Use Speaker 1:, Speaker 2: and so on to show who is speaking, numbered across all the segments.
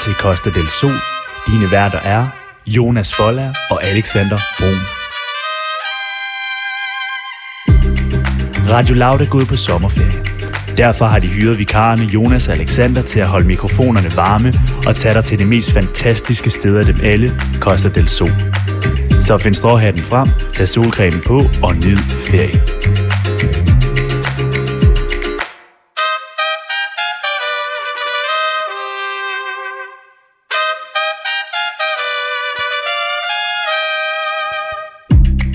Speaker 1: til Costa del Sol. Dine værter er Jonas Folla og Alexander Brun. Radio Loud er gået på sommerferie. Derfor har de hyret vikarerne Jonas og Alexander til at holde mikrofonerne varme og tage dig til det mest fantastiske sted af dem alle, Costa del Sol. Så find stråhatten frem, tag solcremen på og nyd ferie.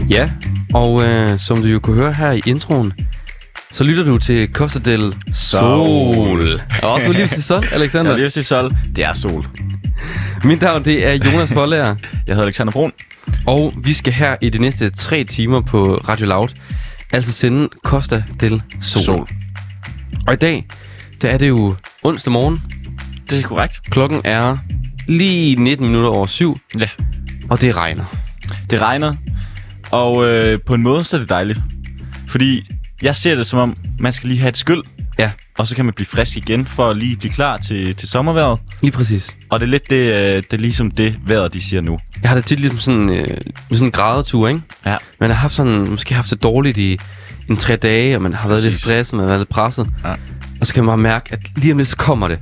Speaker 2: Ja, og øh, som du jo kunne høre her i introen, så lytter du til Costa del Sol. Og du er lige til Sol, Alexander.
Speaker 3: Jeg vil lige sige sol. Det er sol.
Speaker 2: Mit navn det er Jonas Forlærer,
Speaker 3: Jeg hedder Alexander Brun.
Speaker 2: og vi skal her i de næste tre timer på Radio Loud altså sende Costa del Sol.
Speaker 3: Sol.
Speaker 2: Og i dag, der er det jo onsdag morgen.
Speaker 3: Det er korrekt.
Speaker 2: Klokken er lige 19 minutter over syv,
Speaker 3: Ja.
Speaker 2: og det regner.
Speaker 3: Det regner. Og øh, på en måde, så er det dejligt. Fordi jeg ser det som om, man skal lige have et skyld.
Speaker 2: Ja.
Speaker 3: Og så kan man blive frisk igen, for at lige blive klar til, til sommerværet.
Speaker 2: Lige præcis.
Speaker 3: Og det er lidt det, øh, det er ligesom det vejret, de siger nu.
Speaker 2: Jeg har det tit ligesom sådan, øh, med sådan en gradetur, ikke?
Speaker 3: Ja.
Speaker 2: Man har haft sådan, måske haft det dårligt i en tre dage, og man har været lidt
Speaker 3: Præcis.
Speaker 2: stresset, man har været lidt presset.
Speaker 3: Ja.
Speaker 2: Og så kan man bare mærke, at lige om lidt, så kommer det.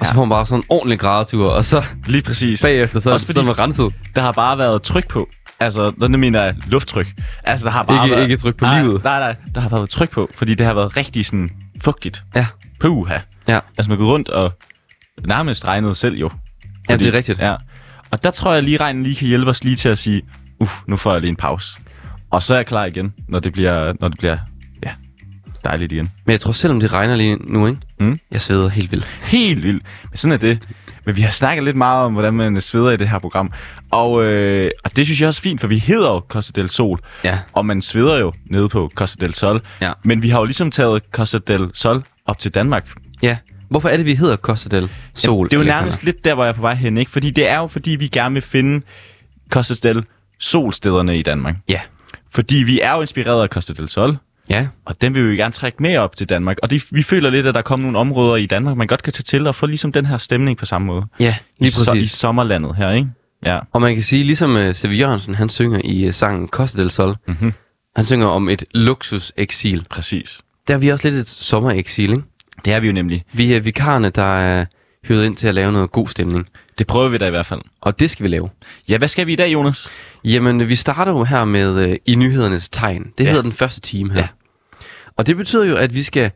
Speaker 2: Og så
Speaker 3: Ja.
Speaker 2: får man bare sådan en ordentlig gradetur, og så
Speaker 3: Lige præcis.
Speaker 2: bagefter, så,
Speaker 3: Også fordi-
Speaker 2: så er man renset.
Speaker 3: Der har bare været tryk på. Altså, når det mener jeg lufttryk. Altså, der har bare
Speaker 2: Ikke-
Speaker 3: været...
Speaker 2: ikke tryk på
Speaker 3: nej,
Speaker 2: livet.
Speaker 3: Nej, nej. Der har været tryk på, fordi det har været rigtig sådan fugtigt.
Speaker 2: Ja.
Speaker 3: Puha.
Speaker 2: Ja.
Speaker 3: Altså, man går rundt og nærmest regnede selv jo.
Speaker 2: Ja, det er rigtigt.
Speaker 3: Ja. Og der tror jeg lige, regnen lige kan hjælpe os lige til at sige, uff, nu får jeg lige en pause. Og så er jeg klar igen, når det bliver, når det bliver ja, dejligt igen.
Speaker 2: Men jeg tror, selvom det regner lige nu, ikke?
Speaker 3: Mm.
Speaker 2: Jeg sveder helt vildt.
Speaker 3: Helt vildt. Men sådan er det. Men vi har snakket lidt meget om, hvordan man sveder i det her program. Og, øh, og det synes jeg også er fint, for vi hedder jo Costa del Sol.
Speaker 2: Ja.
Speaker 3: Og man sveder jo nede på Costa del Sol.
Speaker 2: Ja.
Speaker 3: Men vi har jo ligesom taget Costa del Sol op til Danmark.
Speaker 2: Ja. Hvorfor er det, vi hedder Costa del Sol,
Speaker 3: Jamen, det er jo
Speaker 2: Alexander?
Speaker 3: nærmest lidt der, hvor jeg er på vej hen, ikke? Fordi det er jo, fordi vi gerne vil finde Costa del Sol-stederne i Danmark.
Speaker 2: Ja.
Speaker 3: Fordi vi er jo inspireret af Costa del Sol,
Speaker 2: Ja.
Speaker 3: og den vil vi jo gerne trække med op til Danmark. Og det, vi føler lidt, at der kommer nogle områder i Danmark, man godt kan tage til og få ligesom den her stemning på samme måde.
Speaker 2: Ja, lige
Speaker 3: I, so- I
Speaker 2: præcis.
Speaker 3: sommerlandet her, ikke? Ja.
Speaker 2: Og man kan sige, ligesom uh, Sevi Jørgensen, han synger i uh, sangen Costa del Sol,
Speaker 3: Mhm.
Speaker 2: han synger om et luksuseksil.
Speaker 3: Præcis.
Speaker 2: Der er vi også lidt et sommereksil, ikke?
Speaker 3: Det er vi jo nemlig.
Speaker 2: Vi er vikarerne, der er hyret ind til at lave noget god stemning.
Speaker 3: Det prøver vi da i hvert fald.
Speaker 2: Og det skal vi lave.
Speaker 3: Ja, hvad skal vi i dag, Jonas?
Speaker 2: Jamen, vi starter jo her med øh, I nyhedernes tegn. Det
Speaker 3: Ja.
Speaker 2: hedder den første time her.
Speaker 3: Ja.
Speaker 2: Og det betyder jo, at vi skal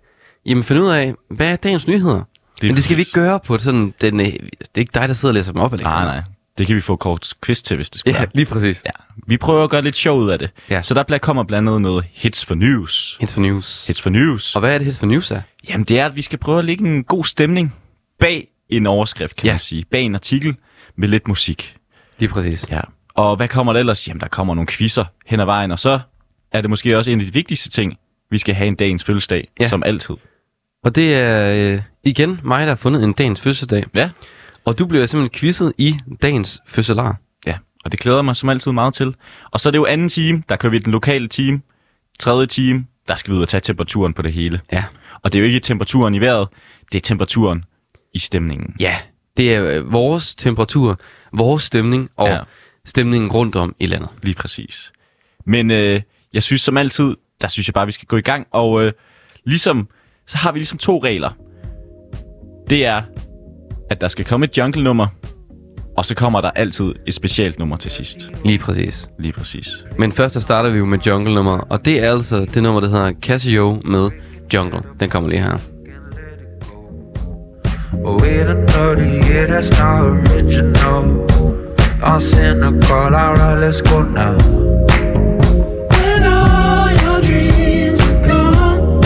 Speaker 2: jamen, finde ud af, hvad er dagens nyheder? Det Men det skal vi ikke gøre på sådan den... Øh, det er ikke dig, der sidder og læser dem op, Alexander.
Speaker 3: Nej, Ah, nej. Det kan vi få kort quiz til, hvis det skulle
Speaker 2: Ja,
Speaker 3: være.
Speaker 2: lige præcis. Ja.
Speaker 3: Ja. Vi prøver at gøre lidt sjov ud af det.
Speaker 2: Ja.
Speaker 3: Så der bl- kommer blandt andet noget hits for news.
Speaker 2: Hits for News.
Speaker 3: Hits for news.
Speaker 2: Og hvad er det Hits for News er?
Speaker 3: Jamen, det er, at vi skal prøve at lægge en god stemning bag en overskrift, kan
Speaker 2: Ja.
Speaker 3: man sige. Bag en artikel med lidt musik.
Speaker 2: Lige præcis.
Speaker 3: Ja. Og hvad kommer der ellers? Jamen, der kommer nogle quizzer hen ad vejen, og så er det måske også en af de vigtigste ting, vi skal have en dagens fødselsdag,
Speaker 2: Ja.
Speaker 3: ja. som altid.
Speaker 2: Og det er øh, igen mig, der har fundet en dagens fødselsdag.
Speaker 3: Ja.
Speaker 2: Og du bliver simpelthen quizzet i dagens fødselar.
Speaker 3: Ja, og det glæder jeg mig som altid meget til. Og så er det jo anden time, der kører vi den lokale time. Tredje time, der skal vi ud og tage temperaturen på det hele.
Speaker 2: Ja.
Speaker 3: Og det er jo ikke temperaturen i vejret, det er temperaturen i stemningen.
Speaker 2: Ja, det er øh, vores temperatur, vores stemning og ja.
Speaker 3: Ja.
Speaker 2: stemningen rundt om i landet.
Speaker 3: Lige præcis. Men øh, jeg synes som altid, der synes jeg bare, vi skal gå i gang. Og øh, ligesom, så har vi ligesom to regler. Det er, at der skal komme et jungle-nummer, og så kommer der altid et specielt nummer til sidst.
Speaker 2: Lige præcis.
Speaker 3: Lige præcis.
Speaker 2: Men først så starter vi jo med jungle nummer, og det er altså det nummer, der hedder Casio med Jungle. Den kommer lige her.
Speaker 4: Wait another year, that's not original. All cynical, alright, let's go now.
Speaker 5: When all your dreams are gone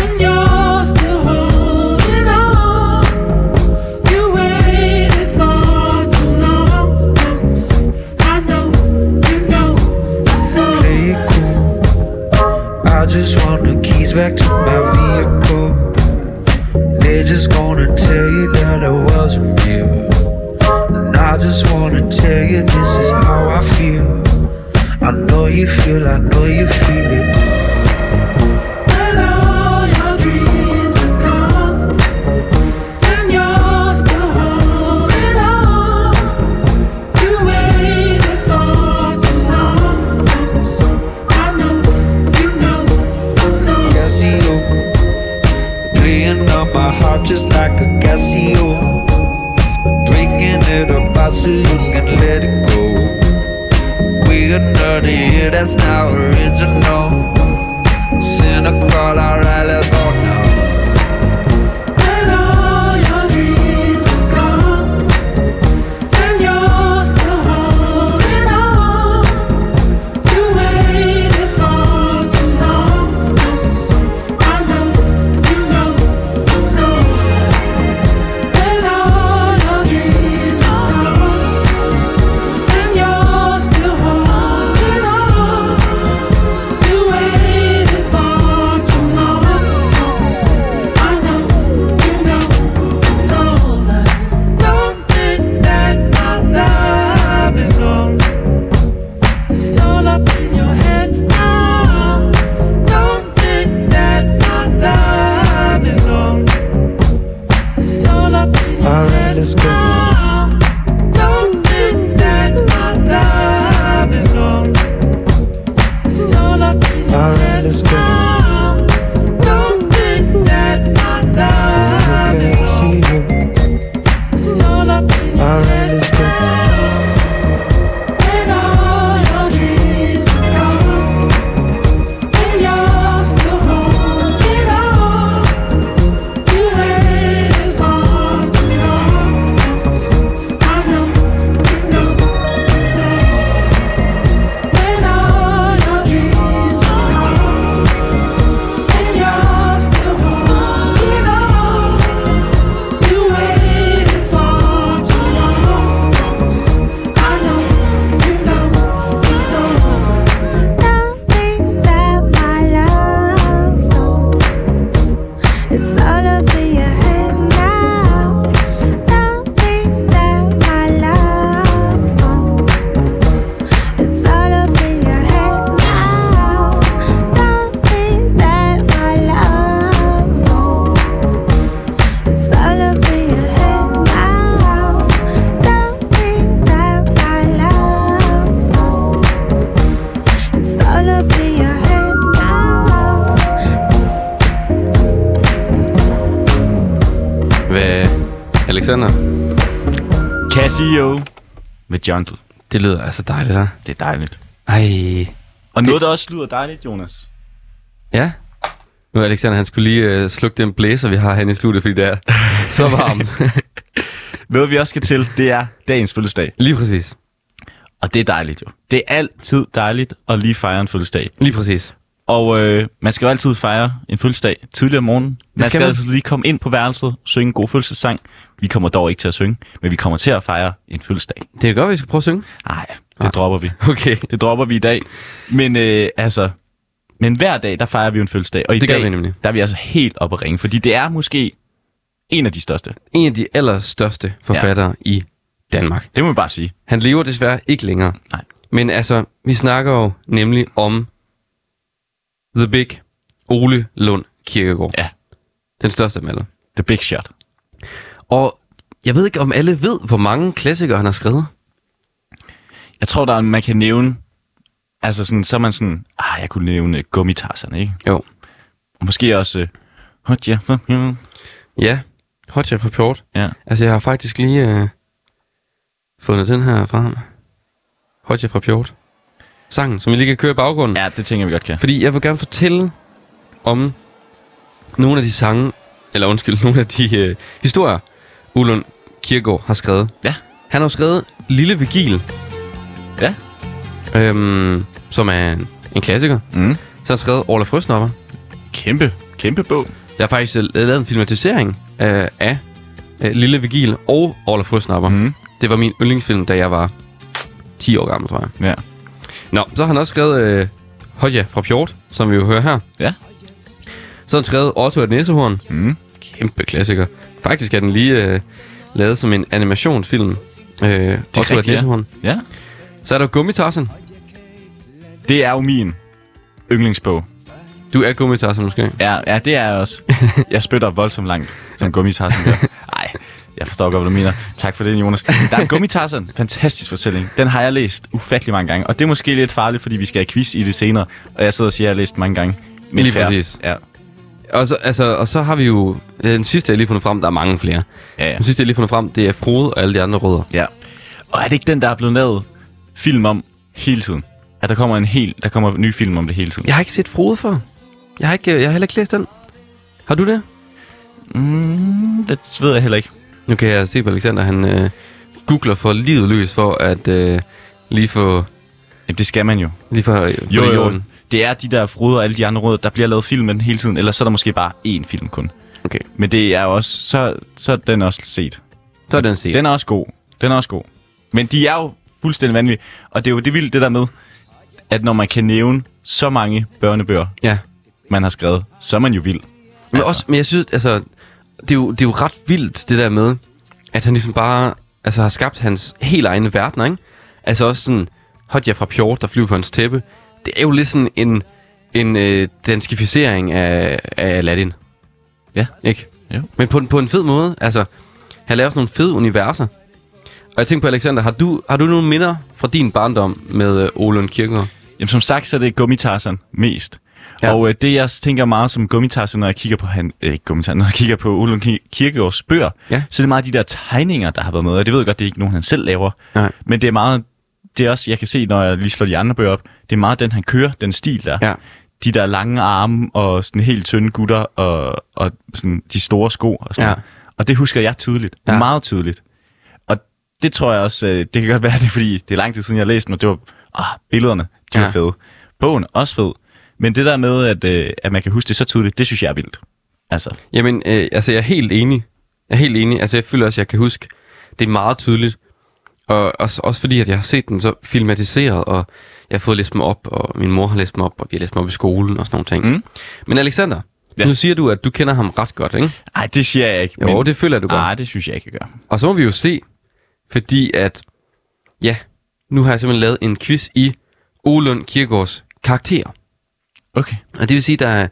Speaker 5: and you're still holding on, you waited for too long. I know, you know, I saw.
Speaker 4: Play it cool. I just want the keys back to my vehicle. They just gonna tell you that I wasn't you. And I just wanna tell you this is how I feel. I know you feel, I know you feel it.
Speaker 5: When all your dreams are gone and you're still holding
Speaker 4: good nerdy, yeah, that's not original. Cynical, alright, let's go now.
Speaker 5: When all your dreams are gone and you're still holding on, you waited for too long. So I know you know the soul. When all your dreams are gone and you're still holding on. You waited for too long. I know you know it's over. Don't think that my love is gone. It's all up in your head now. Don't think that my love is gone. It's all up in your
Speaker 4: Alright,
Speaker 5: head
Speaker 4: let's go.
Speaker 5: now. Don't think that my love is gone. It's all up in your
Speaker 4: Alright,
Speaker 5: head
Speaker 4: let's go.
Speaker 5: now. Don't think that my love is
Speaker 4: Okay,
Speaker 5: gone.
Speaker 4: see you.
Speaker 5: It's all up in your
Speaker 4: Alright,
Speaker 5: head
Speaker 4: let's go.
Speaker 5: now. When all your dreams are gone, and you're still holding on, you waited for too long. So I know you know the same. When all your dreams are gone, and you're still holding on. You waited for too long. I know you know it's over.
Speaker 6: Don't think that my love's gone. It's all up in your head now. Don't think that my love's gone. It's all up in your head now. Don't think that my love's gone. It's all up in your head now. Don't think that my love's gone. It's all up in your head now.
Speaker 2: Hvad, Alexander?
Speaker 3: Casio med Jungle.
Speaker 2: Det lyder altså dejligt her.
Speaker 3: Det er dejligt.
Speaker 2: Ej.
Speaker 3: Og noget, der også lyder dejligt, Jonas.
Speaker 2: Ja. Nu er Alexander, han skulle lige øh, slukke den blæser, vi har herinde i studiet, fordi det er så varmt.
Speaker 3: Noget, vi også skal til, det er dagens fødselsdag.
Speaker 2: lige præcis.
Speaker 3: Og det er dejligt jo. Det er altid dejligt at lige fejre en fødselsdag.
Speaker 2: Lige præcis.
Speaker 3: Og øh, man skal jo altid fejre en fødselsdag tidligere om morgenen. Man
Speaker 2: skal
Speaker 3: skal, skal
Speaker 2: man.
Speaker 3: altid lige komme ind på værelset, synge en god fødselsdagssang. Vi kommer dog ikke til at synge, men vi kommer til at fejre en fødselsdag.
Speaker 2: Det er godt, vi skal prøve at synge.
Speaker 3: Nej,
Speaker 2: Ah.
Speaker 3: det dropper vi.
Speaker 2: Okay.
Speaker 3: Det dropper vi i dag. Men øh, altså, men hver dag, der fejrer vi jo en fødselsdag. Og i
Speaker 2: Det gør
Speaker 3: dag,
Speaker 2: vi nemlig.
Speaker 3: der er vi altså helt oppe at ringe, fordi det er måske en af de største.
Speaker 2: En af de allerstørste forfattere ja. i Danmark.
Speaker 3: Det må man bare sige.
Speaker 2: Han lever desværre ikke længere.
Speaker 3: Nej.
Speaker 2: Men altså, vi snakker jo nemlig om The Big Ole Lund Kirkegaard.
Speaker 3: Ja.
Speaker 2: Den største af dem alle.
Speaker 3: The big shot.
Speaker 2: Og jeg ved ikke, om alle ved, hvor mange klassikere han har skrevet.
Speaker 3: Jeg tror, der er, man kan nævne... Altså, sådan, så er man sådan... Ah, jeg kunne nævne øh, gummitasserne, ikke?
Speaker 2: Jo.
Speaker 3: Og måske også... Øh, hot ja, hot ja.
Speaker 2: Ja. Hot Shot Report.
Speaker 3: ja.
Speaker 2: Altså, jeg har faktisk lige øh, fundet den her fra ham. Hodja fra Pjort. Sangen, som jeg lige kan køre i baggrunden.
Speaker 3: Ja, det tænker vi godt kan.
Speaker 2: Fordi jeg vil gerne fortælle om nogle af de sange, eller undskyld, nogle af de øh, historier, Ulund Kirkegaard har skrevet.
Speaker 3: Ja.
Speaker 2: Han har jo skrevet Lille Vigil,
Speaker 3: Ja.
Speaker 2: øhm, som er en, en klassiker.
Speaker 3: Mm.
Speaker 2: Så har han skrevet Orla Frøsnopper.
Speaker 3: Kæmpe, kæmpe bog.
Speaker 2: Der er faktisk øh, lavet en filmatisering øh, af øh, Lille Vigil og Orla Frøsnopper.
Speaker 3: Mhm.
Speaker 2: Det var min yndlingsfilm, da jeg var 10 år gammel, tror jeg.
Speaker 3: Ja.
Speaker 2: Nå, så har han også skrevet øh, Hodja fra Pjort, som vi jo hører her.
Speaker 3: Ja.
Speaker 2: Så har han skrevet Otto og et næsehorn.
Speaker 3: Mm.
Speaker 2: Kæmpe klassiker. Faktisk er den lige øh, lavet som en animationsfilm. Øh, Otto og et
Speaker 3: rigtigt, ja.
Speaker 2: næsehorn.
Speaker 3: Ja.
Speaker 2: Så er der Gummitarsen.
Speaker 3: Det er jo min yndlingsbog.
Speaker 2: Du er Gummitarsen måske.
Speaker 3: Ja, ja det er jeg også. Jeg spytter voldsomt langt, som gummitarsen gør. Ej, jeg forstår godt, hvad du mener. Tak for det, Jonas. Der er gummitarsen. Fantastisk fortælling. Den har jeg læst ufattelig mange gange. Og det er måske lidt farligt, fordi vi skal have quiz i det senere. Og jeg sidder og siger, at jeg har læst den mange gange. Men
Speaker 2: Lige præcis.
Speaker 3: Ja.
Speaker 2: Og så, altså, og så har vi jo... øh, Den sidste, jeg lige fundet frem, der er mange flere.
Speaker 3: Ja, ja.
Speaker 2: Den sidste, jeg lige fundet frem, det er Frode og alle de andre rødder.
Speaker 3: ja. Og er det ikke den, der er blevet lavet film om hele tiden? at der kommer en hel, der kommer nye film om det hele tiden.
Speaker 2: Jeg har ikke set Frode før. Jeg har, ikke, øh, jeg har heller ikke læst den. Har du det?
Speaker 3: Mm, det ved jeg heller ikke.
Speaker 2: Nu kan jeg se på Alexander, han øh, googler for livet løs for at øh, lige få
Speaker 3: Jamen, det skal man jo.
Speaker 2: lige for, øh, for det i orden.
Speaker 3: Det er de der Frode og alle de andre råd, der bliver lavet film med den hele tiden, eller så er der måske bare én film kun.
Speaker 2: Okay,
Speaker 3: Men det er også, så, så er den også set.
Speaker 2: så er den set.
Speaker 3: Den er også god. Den er også god. Men de er jo fuldstændig vanvittige. Og det er jo det vilde, det der med, at når man kan nævne så mange børnebøger,
Speaker 2: Ja.
Speaker 3: man har skrevet, så er man jo vild.
Speaker 2: Men,
Speaker 3: Altså.
Speaker 2: også, men jeg synes, altså, det er, jo, det er jo ret vildt, det der med, at han ligesom bare altså, har skabt hans helt egne verdener, ikke? Altså også sådan, Hodja fra Pjort, der flyver på hans tæppe. Det er jo lidt sådan en, en øh, danskificering af, af Aladdin.
Speaker 3: Ja.
Speaker 2: Ikke?
Speaker 3: Jo.
Speaker 2: Men på, en- på en fed måde. Altså, han laver sådan nogle fede universer. Og jeg tænker på, Alexander, har du, har du nogle minder fra din barndom med øh, Ole Lund Kirkegaard?
Speaker 3: Jamen, som sagt, så er det gummitarsen mest.
Speaker 2: Ja.
Speaker 3: Ja. Og øh, det, jeg tænker meget som gummitarsen, når jeg kigger på, han, øh, ikke gummitarsen, når jeg kigger på Ole Lund Ki- Kirkegaards bøger,
Speaker 2: Ja.
Speaker 3: så er det meget de der tegninger, der har været med. Og det ved jeg godt, det er ikke nogen, han selv laver.
Speaker 2: Nej.
Speaker 3: Men det er meget, det er også, jeg kan se, når jeg lige slår de andre bøger op, det er meget den, han kører, den stil der.
Speaker 2: Ja.
Speaker 3: De der lange arme og sådan helt tynde gutter og, og sådan de store sko og sådan
Speaker 2: Ja.
Speaker 3: noget. Og det husker jeg tydeligt.
Speaker 2: Ja.
Speaker 3: Ja. Meget tydeligt. Og det tror jeg også, øh, det kan godt være, det er, fordi det er lang tid siden, jeg har læst dem, og det var, ah, billederne, de ja.
Speaker 2: Ja.
Speaker 3: var fede. Bogen, også fed. Men det der med, at, øh, at man kan huske det så tydeligt, det synes jeg er vildt. Altså,
Speaker 2: Jamen, øh, altså, jeg er helt enig. Jeg er helt enig. Altså, jeg føler også, jeg kan huske, det er meget tydeligt. Og også, også fordi, at jeg har set dem så filmatiseret, og jeg har fået læst dem op, og min mor har læst dem op, og vi har læst dem op i skolen og sådan nogle ting.
Speaker 3: Mm.
Speaker 2: Men Alexander, ja.
Speaker 3: Ja.
Speaker 2: nu siger du, at du kender ham ret godt, ikke?
Speaker 3: ej, det siger jeg ikke.
Speaker 2: Jo, Men, Ah, det føler jeg, du godt.
Speaker 3: Ej, det synes jeg ikke, jeg gør.
Speaker 2: Og så må vi jo se, fordi at, ja, nu har jeg simpelthen lavet en quiz i Olund Kirgårds karakterer.
Speaker 3: Okay.
Speaker 2: Og det vil sige, der er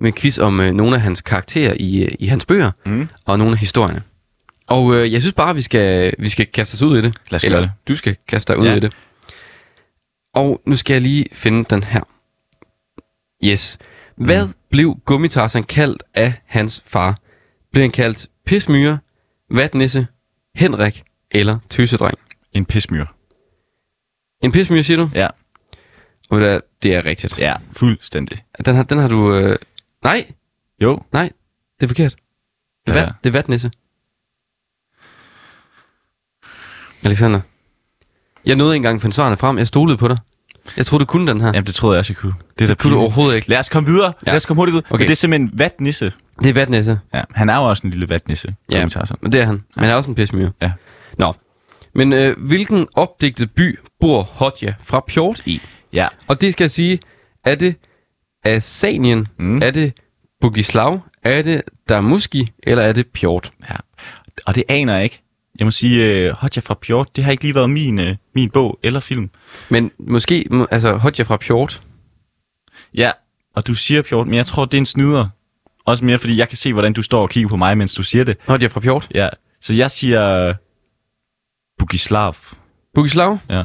Speaker 2: med quiz om øh, nogle af hans karakterer i, øh, i hans bøger, mm. og nogle af historierne. Og øh, jeg synes bare, vi skal, vi skal kaste os ud i det.
Speaker 3: Lad os gøre
Speaker 2: Eller
Speaker 3: det.
Speaker 2: du skal kaste dig ud
Speaker 3: Ja.
Speaker 2: i det. Og nu skal jeg lige finde den her. Yes. Hvad mm. blev Gummitarsen kaldt af hans far? Blev han kaldt Pismyre, Vatnisse, Henrik eller Tøsedreng?
Speaker 3: En pismyr.
Speaker 2: En pismyre, siger du?
Speaker 3: Ja.
Speaker 2: Og det er- det er rigtigt.
Speaker 3: Ja, fuldstændig.
Speaker 2: Den har, den har du... Øh... Nej,
Speaker 3: Jo.
Speaker 2: Nej, det er forkert. Det er,
Speaker 3: Ja.
Speaker 2: vat, det er vatnisse. Alexander. Jeg nåede ikke engang at finde svarene frem. Jeg stolede på dig. Jeg troede, du kunne den her.
Speaker 3: Jamen, det troede jeg også, jeg kunne. Det, er
Speaker 2: det
Speaker 3: da
Speaker 2: kunne du
Speaker 3: pinligt.
Speaker 2: overhovedet ikke.
Speaker 3: Lad os komme videre.
Speaker 2: Ja.
Speaker 3: Ja. Lad os komme hurtigt ud.
Speaker 2: Okay.
Speaker 3: Okay. Det er simpelthen vatnisse.
Speaker 2: Det er vatnisse.
Speaker 3: Ja, han er jo også en lille vatnisse.
Speaker 2: Ja,
Speaker 3: Ja. Sådan.
Speaker 2: men det er han. Men han er også en pissemyre.
Speaker 3: Ja.
Speaker 2: Nå. Men øh, hvilken opdigtet by bor Hodja fra Pjort i?
Speaker 3: ja.
Speaker 2: Og det skal jeg sige, er det Asanien, mm.
Speaker 3: Mm.
Speaker 2: er det Bugislav, er det Damuski, eller er det Pjort?
Speaker 3: ja. Og det aner jeg ikke. Jeg må sige, uh, Hodja fra Pjort, det har ikke lige været min, uh, min bog eller film.
Speaker 2: Men måske, må- altså Hodja fra Pjort,
Speaker 3: Ja, og du siger Pjort, men jeg tror, det er en snyder. Også mere, fordi jeg kan se, hvordan du står og kigger på mig, mens du siger det.
Speaker 2: Hodja fra Pjort,
Speaker 3: Ja, så jeg siger... Uh, Bugislav.
Speaker 2: Bugislav,
Speaker 3: Ja.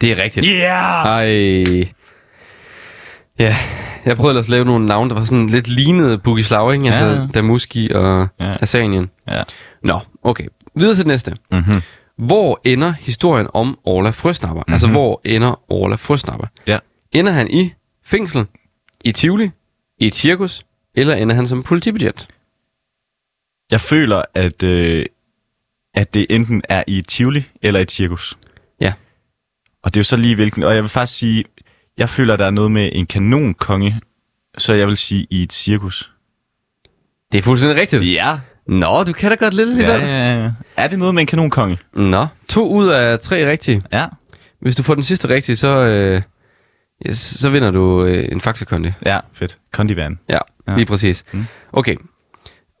Speaker 2: det er rigtigt.
Speaker 3: Yeah!
Speaker 2: Ej. Ja, jeg prøvede ellers at lave nogle navne, der var sådan lidt lignede Bugislav, ikke? Altså ja.
Speaker 3: Ja.
Speaker 2: Damuski og ja.
Speaker 3: Ja.
Speaker 2: Asanien.
Speaker 3: Ja.
Speaker 2: Nå, okay. Videre til det næste.
Speaker 3: Mm-hmm.
Speaker 2: Hvor ender historien om Orla Frøsnapper? Mm-hmm. Altså,
Speaker 3: Mhm.
Speaker 2: hvor ender Orla Frøsnapper?
Speaker 3: Ja.
Speaker 2: Ender han i fængsel, i Tivoli, i et cirkus, eller ender han som politibetjent?
Speaker 3: Jeg føler, at, øh, at det enten er i et tivoli eller et cirkus.
Speaker 2: Ja.
Speaker 3: Og det er jo så lige hvilken. Og jeg vil faktisk sige, jeg føler, der er noget med en kanonkonge, så jeg vil sige i et cirkus.
Speaker 2: Det er fuldstændig rigtigt.
Speaker 3: Ja.
Speaker 2: Nå, du kan da godt lidt
Speaker 3: ja,
Speaker 2: alligevel.
Speaker 3: ja, ja. Er det noget med en kanonkonge?
Speaker 2: Nå, to ud af tre rigtige.
Speaker 3: Ja.
Speaker 2: Hvis du får den sidste rigtige, så, øh, ja, så vinder du øh, en faxakonde.
Speaker 3: Ja, fedt. Kondivan.
Speaker 2: Ja, ja,
Speaker 3: Ja.
Speaker 2: lige præcis. Mm. Okay.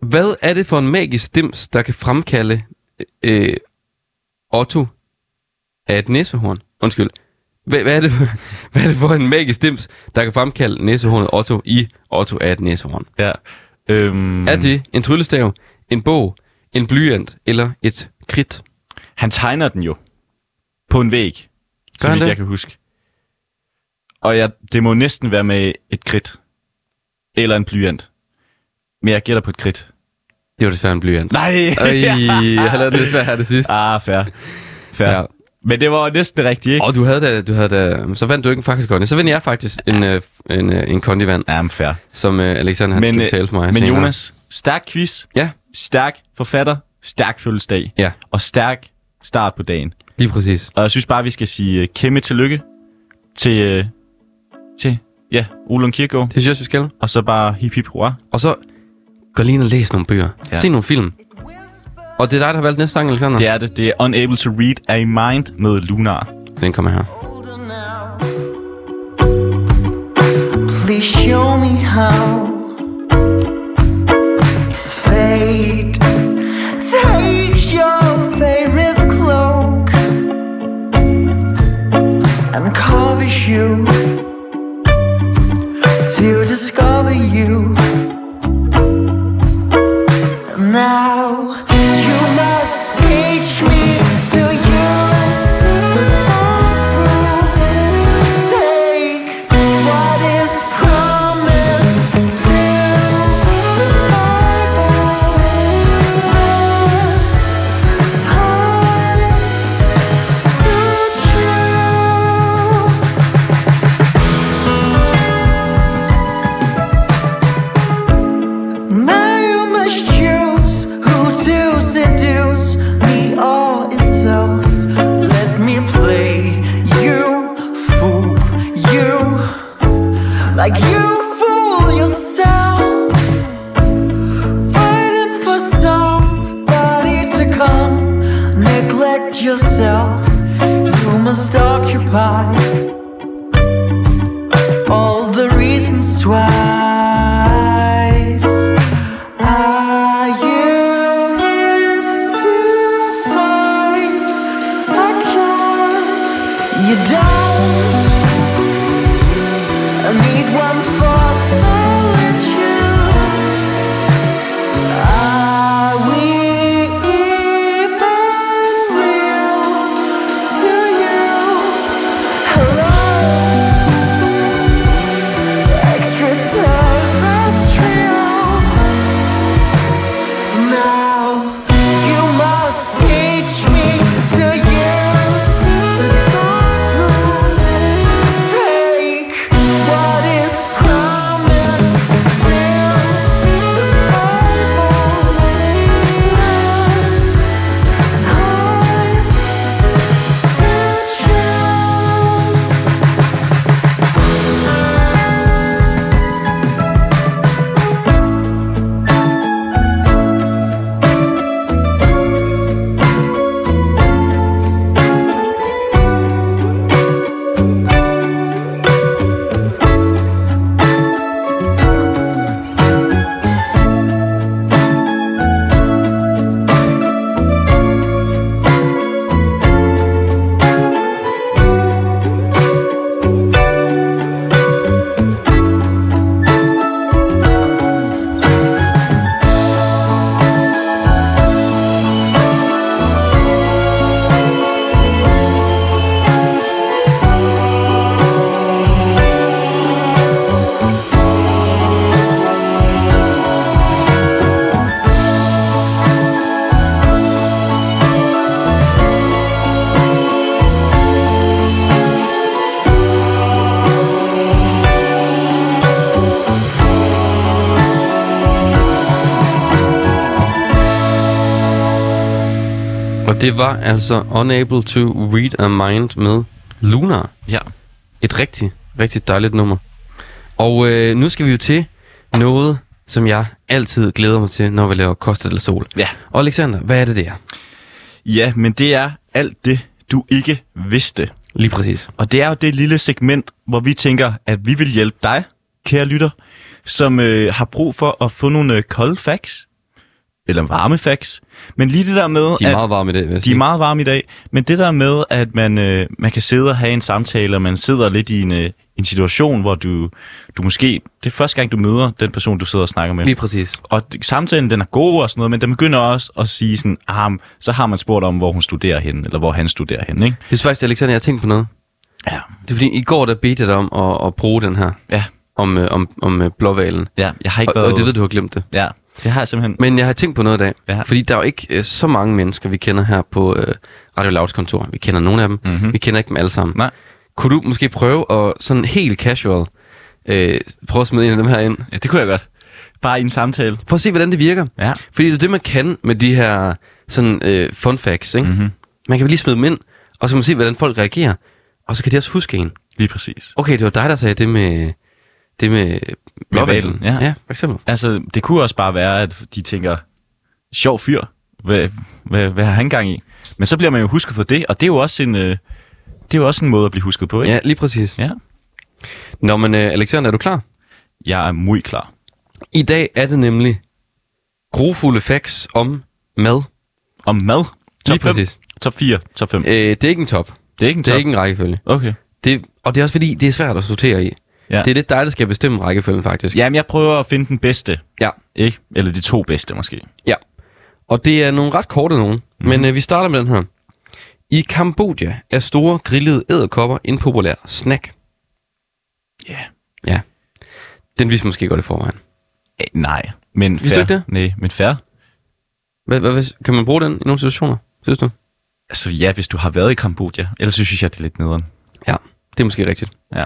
Speaker 2: Hvad er det for en magisk dims, der kan fremkalde øh, Otto af et næsehorn? Undskyld. Hvad, hvad, er det for, hvad er det for en magisk dims, der kan fremkalde næsehornet Otto i Otto af et næsehorn? Mm.
Speaker 3: Ja. Øhm,
Speaker 2: Er det en tryllestav, en bog, en blyant eller et kridt?
Speaker 3: Han tegner den jo. På en væg.
Speaker 2: han
Speaker 3: så vidt
Speaker 2: det?
Speaker 3: jeg kan huske. Og jeg, det må næsten være med et kridt. Eller en blyant. Men jeg gætter på et kridt.
Speaker 2: Det var desværre en blyant.
Speaker 3: Nej!
Speaker 2: Øj, jeg har lavet det svært her det sidste.
Speaker 3: ah, fair. Fair.
Speaker 2: Ja.
Speaker 3: Ja. Men det var jo næsten rigtigt, ikke?
Speaker 2: Og du havde da, du havde da, så vandt du ikke en faktisk kondi. Så vandt jeg faktisk en, øh, en, øh, en kondivand,
Speaker 3: Ja, men fair.
Speaker 2: som øh, Alexander han skal
Speaker 3: øh,
Speaker 2: betale for mig.
Speaker 3: men
Speaker 2: senere.
Speaker 3: Jonas, stærk quiz,
Speaker 2: Ja,
Speaker 3: stærk forfatter, stærk fødselsdag
Speaker 2: ja,
Speaker 3: og stærk start på dagen.
Speaker 2: lige præcis.
Speaker 3: Og jeg synes bare, vi skal sige øh, kæmpe tillykke til, øh, til ja, Ole Lund Kirkegaard.
Speaker 2: Det synes jeg, vi skal.
Speaker 3: Og så bare hip hip hurra.
Speaker 2: Og så gå lige ind og læs nogle bøger. Ja.
Speaker 3: Ja.
Speaker 2: Se nogle film. Og det er dig, der har valgt næste sang, Alexander.
Speaker 3: Det er det. Det er Unable to Read A Mind med Lunar.
Speaker 2: Den kommer her.
Speaker 5: Please show me how fate takes your favorite cloak and covers you to discover you. Now you must teach me to use the thought Take what is promised to the Bible's time so true. Now you must choose who to seduce me or itself. Let me play you, fool you, like you fool yourself. Waiting for somebody to come, neglect yourself. You must occupy all the reasons twice. Are you here to find a cure? You don't need one for solitude. Are we even real to you? Hello extraterrestrial. Now you must teach me to use the bathroom. Take what is promised till the Bible time searching.
Speaker 2: Og det var altså Unable to Read a Mind med Lunar.
Speaker 3: Ja.
Speaker 2: Et rigtig, rigtig dejligt nummer. Og øh, nu skal vi jo til noget, som jeg altid glæder mig til, når vi laver Costa del Sol.
Speaker 3: Ja.
Speaker 2: Og Alexander, hvad er det, det er?
Speaker 3: Ja, men det er alt det, du ikke vidste.
Speaker 2: Lige præcis.
Speaker 3: Og det er jo det lille segment, hvor vi tænker, at vi vil hjælpe dig, kære lytter, som øh, har brug for at få nogle øh, kolde facts, eller varme facts. Men lige det der med,
Speaker 2: De er
Speaker 3: at
Speaker 2: meget varme i dag, vil jeg
Speaker 3: de er
Speaker 2: sige.
Speaker 3: meget varme i dag, men det der med, at man, øh, man kan sidde og have en samtale, og man sidder lidt i en, øh, en situation, hvor du, du måske, det er første gang, du møder den person, du sidder og snakker med.
Speaker 2: Lige præcis.
Speaker 3: og d- samtalen den er god og sådan noget, men den begynder også at sige sådan, ah, men så har man spurgt om, hvor hun studerer henne, eller hvor han studerer henne, ikke?
Speaker 2: Jeg synes faktisk, Alexander, jeg tænkte på noget.
Speaker 3: Ja.
Speaker 2: Det er fordi, i går der bedte jeg dig om at, at bruge den her,
Speaker 3: Ja,
Speaker 2: om, øh, om, om øh, blåvalen.
Speaker 3: ja jeg har ikke
Speaker 2: Og,
Speaker 3: været...
Speaker 2: og det ved du har glemt det.
Speaker 3: Ja, Det har jeg simpelthen. Men,
Speaker 2: Men jeg har tænkt på noget i dag,
Speaker 3: Ja.
Speaker 2: ja. fordi der er jo ikke øh, så mange mennesker, vi kender her på øh, Radio Lavs kontor. Vi kender nogle af dem,
Speaker 3: Mhm.
Speaker 2: mm-hmm. vi kender ikke dem alle sammen.
Speaker 3: Nej.
Speaker 2: Kunne du måske prøve at sådan helt casual øh, prøve at smide en af dem her ind?
Speaker 3: ja, det kunne jeg godt. Bare i en samtale.
Speaker 2: Prøv at se, hvordan det virker.
Speaker 3: Ja.
Speaker 2: Fordi det er det, man kan med de her sådan, øh, fun facts. Ikke?
Speaker 3: Mhm.
Speaker 2: Man kan lige smide dem ind, og så kan man se, hvordan folk reagerer. Og så kan de også huske en.
Speaker 3: Lige præcis.
Speaker 2: Okay, det var dig, der sagde det med, det med blåvalen.
Speaker 3: hvalen, ja.
Speaker 2: ja, for eksempel.
Speaker 3: Altså, det kunne også bare være, at de tænker, sjov fyr, hvad, hvad, hvad har han gang i? Men så bliver man jo husket for det, og det er jo også en, øh, det er jo også en måde at blive husket på, ikke?
Speaker 2: Ja, lige præcis.
Speaker 3: ja.
Speaker 2: Nå, men øh, Alexander, er du klar?
Speaker 3: Jeg er muy klar.
Speaker 2: I dag er det nemlig grofulde facts om mad.
Speaker 3: Om mad. Top
Speaker 2: Lige præcis.
Speaker 3: Fem, top 4, top 5.
Speaker 2: Øh, det er ikke en top.
Speaker 3: det er ikke en
Speaker 2: Det
Speaker 3: top.
Speaker 2: er ikke en rækkefølge.
Speaker 3: Okay.
Speaker 2: Det, og det er også fordi, det er svært at sortere i.
Speaker 3: Ja.
Speaker 2: Det er lidt dig, der skal bestemme rækkefølgen, faktisk.
Speaker 3: Jamen, jeg prøver at finde den bedste,
Speaker 2: ja.
Speaker 3: ikke? Eller de to bedste, måske.
Speaker 2: ja. Og det er nogle ret korte nogen.
Speaker 3: Mhm.
Speaker 2: Mm. Men øh, vi starter med den her. I Kambodja er store grillede æderkopper en populær snack.
Speaker 3: Ja. Yeah.
Speaker 2: Ja. Den vidste måske godt i forvejen.
Speaker 3: Nej, men
Speaker 2: Vidste
Speaker 3: fair.
Speaker 2: du ikke det?
Speaker 3: Nej, men fair.
Speaker 2: Hvad, hvad, hvad, kan man bruge den i nogle situationer, synes du?
Speaker 3: Altså, ja, hvis du har været i Kambodja. Ellers synes jeg, det er lidt nederen.
Speaker 2: Ja, det er måske rigtigt.
Speaker 3: Ja.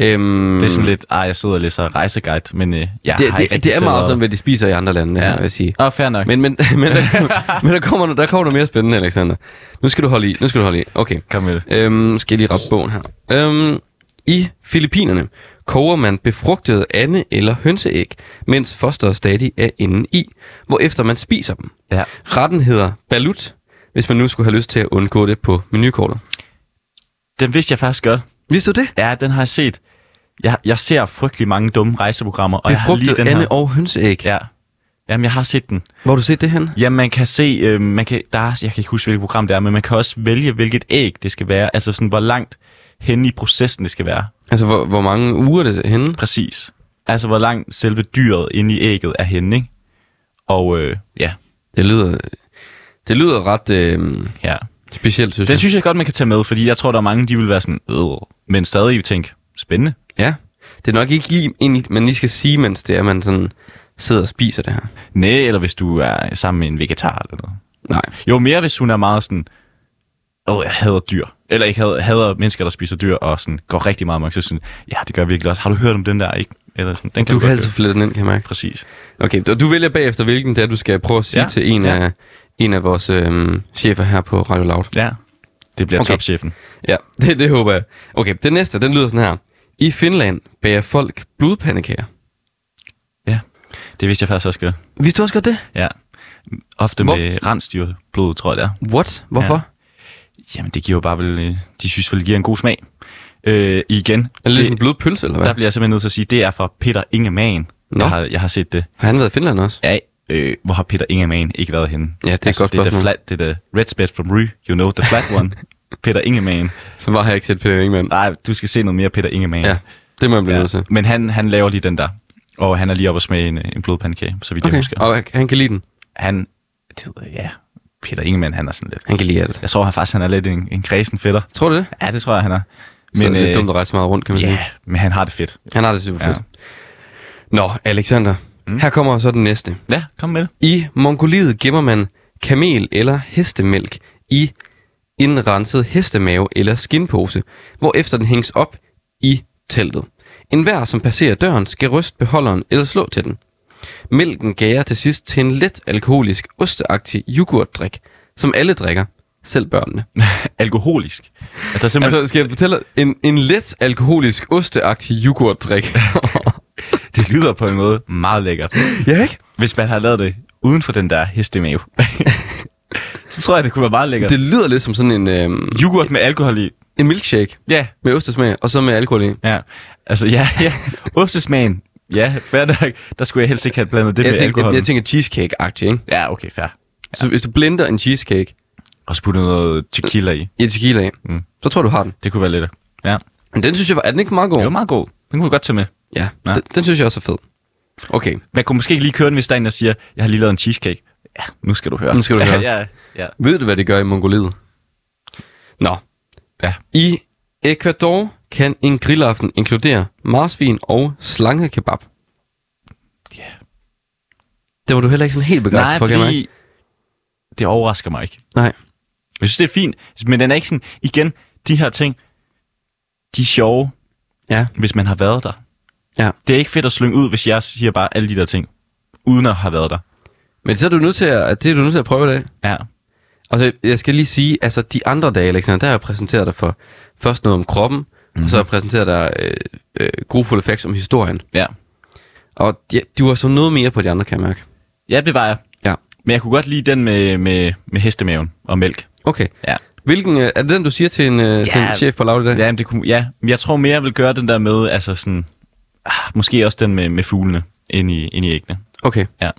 Speaker 2: Øhm,
Speaker 3: Det er sådan lidt, ah, jeg sidder og læser rejseguide, men øh, jeg har
Speaker 2: det,
Speaker 3: ikke
Speaker 2: det,
Speaker 3: rigtig
Speaker 2: det er
Speaker 3: selv
Speaker 2: meget
Speaker 3: været-
Speaker 2: sådan, hvad de spiser i andre lande, ja. her, vil jeg sige.
Speaker 3: Åh, fair nok. Men
Speaker 2: Men, men, men, der, men der, kommer, no- der kommer noget mere spændende, Alexander. Nu skal du holde i. Nu skal du holde i. Okay.
Speaker 3: Kom med det.
Speaker 2: Øhm, skal jeg lige rappe bogen her. Øhm, I Filippinerne koger man befrugtede ande- eller hønseæg, mens fosteret stadig er inde i, hvorefter man spiser dem.
Speaker 3: Ja.
Speaker 2: Retten hedder balut, hvis man nu skulle have lyst til at undgå det på menukortet.
Speaker 3: Den vidste jeg faktisk godt.
Speaker 2: Vidste du det?
Speaker 3: Ja, den har jeg set. Jeg, jeg ser frygtelig mange dumme rejseprogrammer, og jeg har lige
Speaker 2: Befrugtet
Speaker 3: den
Speaker 2: ande-
Speaker 3: her.
Speaker 2: og hønseæg.
Speaker 3: Ja. Jamen, jeg har set den.
Speaker 2: Hvor har du set det hen?
Speaker 3: Jamen, man kan se, øh, man kan, der er, jeg kan ikke huske, hvilket program det er, men man kan også vælge, hvilket æg det skal være. Altså sådan, hvor langt henne i processen det skal være.
Speaker 2: Altså, hvor, hvor mange uger er det henne?
Speaker 3: Præcis. Altså, hvor langt selve dyret inde i ægget er henne, ikke? Og øh, ja,
Speaker 2: Det lyder, det lyder ret øh,
Speaker 3: ja.
Speaker 2: specielt, synes
Speaker 3: Den
Speaker 2: jeg.
Speaker 3: synes jeg godt, man kan tage med, fordi jeg tror, der er mange, de vil være sådan, øh, men stadig tænke, spændende.
Speaker 2: Ja, det er nok ikke lige en, man lige skal sige, mens det er, man sådan sidder og spiser det her.
Speaker 3: Næ, eller hvis du er sammen med en vegetar eller noget.
Speaker 2: Nej,
Speaker 3: Jo, mere hvis hun er meget sådan, åh, jeg hader dyr. Eller ikke hader, hader mennesker, der spiser dyr, og sådan går rigtig meget mørkt. Så sådan, ja, det gør jeg virkelig også. Har du hørt om den der, ikke? Eller sådan, den kan
Speaker 2: du kan
Speaker 3: godt
Speaker 2: altid
Speaker 3: høre."
Speaker 2: flette den ind, kan jeg mærke.
Speaker 3: Præcis.
Speaker 2: Okay, og du vælger bagefter, hvilken det er, du skal prøve at sige
Speaker 3: Ja,
Speaker 2: ja. til en,
Speaker 3: ja.
Speaker 2: ja. af, en af vores øhm, chefer her på Radio Loud.
Speaker 3: Ja, det bliver
Speaker 2: Okay.
Speaker 3: okay. topchefen.
Speaker 2: Ja, det, det håber jeg. Okay, den næste, den lyder sådan her. I Finland bager folk blodpandekager.
Speaker 3: Ja, det vidste jeg faktisk også godt.
Speaker 2: Vidste du også godt det?
Speaker 3: Ja. Ofte
Speaker 2: Hvor-
Speaker 3: med rensdyrblod, tror jeg det er.
Speaker 2: What? Hvorfor? Ja.
Speaker 3: Jamen, det giver jo bare vel... øh, De synes vel, det giver en god smag. Øh, igen,
Speaker 2: Er det, ligesom en
Speaker 3: det,
Speaker 2: blodpølse, eller hvad?
Speaker 3: der bliver jeg simpelthen nødt til at sige, det er fra Peter Ingemann.
Speaker 2: Nå.
Speaker 3: Jeg har, jeg har set det.
Speaker 2: Har han været i Finland også?
Speaker 3: Ja, øh, hvor har Peter Ingemann ikke været henne? Altså,
Speaker 2: Ja, det er et godt
Speaker 3: det er the
Speaker 2: spørgsmål.
Speaker 3: flat, det er the red spot from Rue, you know, the flat one. Peter Ingemann.
Speaker 2: Så var jeg ikke set Peter Ingemann.
Speaker 3: Nej, du skal se noget mere Peter Ingemann.
Speaker 2: Ja, det må jeg blive ja. nødt til.
Speaker 3: ja. Men han, han laver lige den der. Og han er lige oppe og smage en, øh, en blodpandekage, så vidt okay. jeg
Speaker 2: Okay,
Speaker 3: husker.
Speaker 2: og han- han kan lide den.
Speaker 3: Han, det ved jeg, ja, Peter Ingemann, han er sådan lidt...
Speaker 2: Han kan lide alt.
Speaker 3: Jeg tror han faktisk, han er lidt en, en kredsen fætter.
Speaker 2: Tror du det?
Speaker 3: Ja, det tror jeg, han er.
Speaker 2: Men, så er
Speaker 3: Men,
Speaker 2: det lidt
Speaker 3: øh,
Speaker 2: dumt at rejse så meget rundt, kan man
Speaker 3: ja,
Speaker 2: sige.
Speaker 3: men han har det fedt.
Speaker 2: Han har det super
Speaker 3: Ja.
Speaker 2: fedt. Nå, Alexander. Mm. Her kommer så den næste.
Speaker 3: Ja, kom med det.
Speaker 2: I Mongoliet gemmer man kamel eller hestemælk i en renset hestemave eller skinpose, hvorefter den hænges op i teltet. En hver, som passerer døren, skal ryste beholderen eller slå til den. Mælken gærer til sidst til en let alkoholisk, osteagtig yoghurtdrik, som alle drikker, selv børnene.
Speaker 3: Alkoholisk. Altså, der er simpelthen,
Speaker 2: Altså, skal jeg fortælle dig? en, en let alkoholisk, osteagtig yoghurtdrik?
Speaker 3: det lyder på en måde meget lækkert.
Speaker 2: ja, ikke?
Speaker 3: Hvis man havde lavet det uden for den der hestemave, så tror jeg, det kunne være meget lækkert.
Speaker 2: Det lyder lidt som sådan en, øhm,
Speaker 3: Yoghurt med alkohol i.
Speaker 2: en milkshake
Speaker 3: Ja,
Speaker 2: med ostesmag, og så med alkohol i.
Speaker 3: ja. Altså, ja, ja. Ostesmagen. Ja, fair nok. Der skulle jeg helst ikke have blandet det
Speaker 2: Jeg
Speaker 3: med
Speaker 2: tænker,
Speaker 3: alkohol.
Speaker 2: jeg, jeg tænker cheesecake-agtig, ikke?
Speaker 3: Ja, okay, fair.
Speaker 2: Så hvis du blender en cheesecake
Speaker 3: Og så putte noget tequila i.
Speaker 2: i tequila, mm. så tror jeg, du har den.
Speaker 3: Det kunne være lidt. Ja.
Speaker 2: Men den synes jeg, var, er den ikke meget god?
Speaker 3: Det var meget god. Den kunne vi godt tage med.
Speaker 2: Ja,
Speaker 3: Ja.
Speaker 2: ja. Den, den, synes jeg også er fed. Okay,
Speaker 3: Man kunne måske ikke lige køre den, hvis der er en, der siger, jeg har lige lavet en cheesecake. Ja, nu skal du høre.
Speaker 2: Nu skal du høre.
Speaker 3: ja, ja, ja.
Speaker 2: ved du, hvad de gør i Mongoliet? Nå.
Speaker 3: Ja.
Speaker 2: I Ecuador kan en grillaften inkludere marsvin og slangekebab. Det var du heller ikke sådan helt begejstret
Speaker 3: Nej,
Speaker 2: for, kan jeg mærke.
Speaker 3: fordi det overrasker mig ikke.
Speaker 2: Nej.
Speaker 3: Jeg synes, det er fint, men den er ikke sådan... Igen, de her ting, de er sjove,
Speaker 2: Ja.
Speaker 3: hvis man har været der.
Speaker 2: Ja.
Speaker 3: Det er ikke fedt at slynge ud, hvis jeg siger bare alle de der ting, uden at have været der.
Speaker 2: Men så er du nødt til at, det er du nødt til at prøve i dag.
Speaker 3: Ja.
Speaker 2: Altså, jeg skal lige sige, altså de andre dage, Alexander, der har jeg præsenteret dig for først noget om kroppen, mm-hmm. og så har jeg præsenteret dig øh, øh, grofulde facts om historien.
Speaker 3: Ja.
Speaker 2: Og ja, du var så noget mere på de andre, kan jeg mærke.
Speaker 3: ja, det var jeg.
Speaker 2: Ja.
Speaker 3: Men jeg kunne godt lide den med, med, med hestemaven og mælk.
Speaker 2: Okay.
Speaker 3: Ja.
Speaker 2: Hvilken, øh, er det den, du siger til en, øh, ja. til en chef på lavet i dag?
Speaker 3: Ja, men det kunne, ja. Men jeg tror mere, jeg vil gøre den der med, altså sådan, ah, måske også den med, med fuglene inde i, inde i æggene.
Speaker 2: Okay,
Speaker 3: Ja.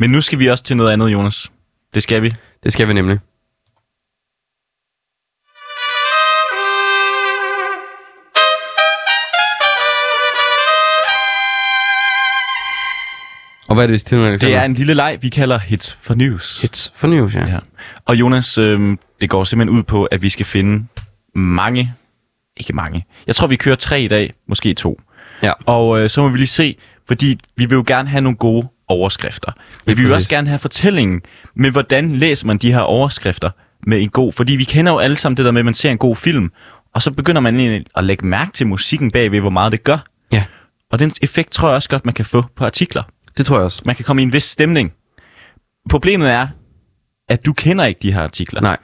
Speaker 3: Men nu skal vi også til noget andet, Jonas. Det skal vi.
Speaker 2: det skal vi nemlig. Og hvad er det, vi skal til nu,
Speaker 3: Det
Speaker 2: Alexander?
Speaker 3: er en lille leg, vi kalder Hits for News.
Speaker 2: Hits for news, ja.
Speaker 3: Ja. Og Jonas, øh, det går simpelthen ud på, at vi skal finde mange, ikke mange, jeg tror vi kører tre i dag, måske to.
Speaker 2: Ja.
Speaker 3: Og øh, så må vi lige se, fordi vi vil jo gerne have nogle gode overskrifter. Men vi vil
Speaker 2: præcis.
Speaker 3: også gerne have fortællingen, men hvordan læser man de her overskrifter med en god, fordi vi kender jo alle sammen det der med, at man ser en god film, og så begynder man egentlig at lægge mærke til musikken bagved, hvor meget det gør.
Speaker 2: ja.
Speaker 3: Og den effekt tror jeg også godt, man kan få på artikler
Speaker 2: Det tror jeg også.
Speaker 3: man kan komme i en vis stemning. Problemet er, at du kender ikke de her artikler.
Speaker 2: Nej.